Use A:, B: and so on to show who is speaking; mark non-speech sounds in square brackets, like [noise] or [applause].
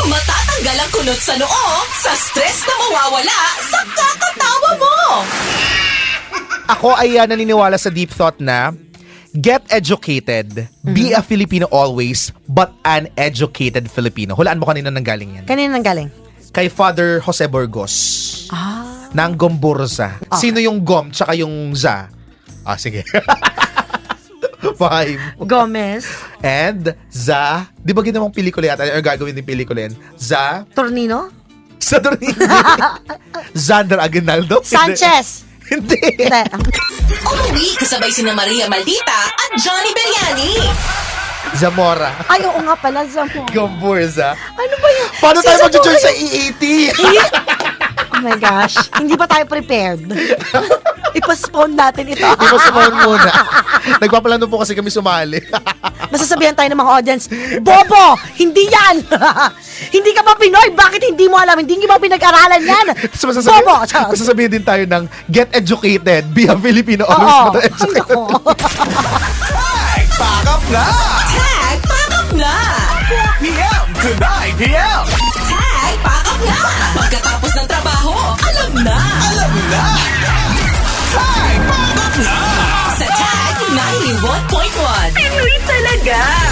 A: Tanggal ang kulot sa noo sa stress na mawawala sa kakatawa mo.
B: Ako ay ah, naniniwala sa deep thought na get educated, be a
C: Mhm.
B: Filipino always, but an educated Filipino. Hulaan mo kanina nang galing yan.
C: Kanina nang galing?
B: Kay Father Jose Burgos
C: Ah.
B: ng Gomburza. Sino yung Gom tsaka yung Za? Ah, sige. [laughs] Five.
C: Gomez,
B: And Za, di ba ginawang pelikula yata? Or gagawin din pelikula yan? Za,
C: Tornino,
B: sa
C: [laughs]
B: Doreen. Zander Aguinaldo? Hindi.
C: Sanchez.
B: Hindi.
C: Hindi.
A: Umuwi kasabay sina Maria Maldita at Johnny Beriani.
B: Zamora.
C: Ay, oo nga pala, Zamora.
B: Gomburza.
C: Ano ba yan?
B: Paano
C: Si
B: tayo
C: Zamora
B: mag-join sa E
C: yun.
B: [laughs] EAT?
C: Oh my gosh. Hindi pa tayo prepared. [laughs] Ipospone natin ito.
B: Di ba sumahon muna? Nagpapalano po kasi kami sumali. [laughs]
C: Masasabihan tayo ng mga audience, Bobo! Hindi yan! [laughs] hindi ka ba Pinoy? Bakit hindi mo alam? Hindi mo pinag-aralan yan?
B: Tapos masasabi,
C: Bobo!
B: masasabihin din tayo ng get educated, be a Filipino, always
C: Oo.
B: but an
C: Ay, [laughs]
B: educated.
C: nako.
D: Pakap na!
A: Tag, pakap na!
D: 4 p.m. to 9 p.m.
A: Tag, pakap na! Pagkatapos ng trabaho, alam na!
D: Alam na! Time! Pakap na!
A: Sa Tag 91.1. Pinoy talaga!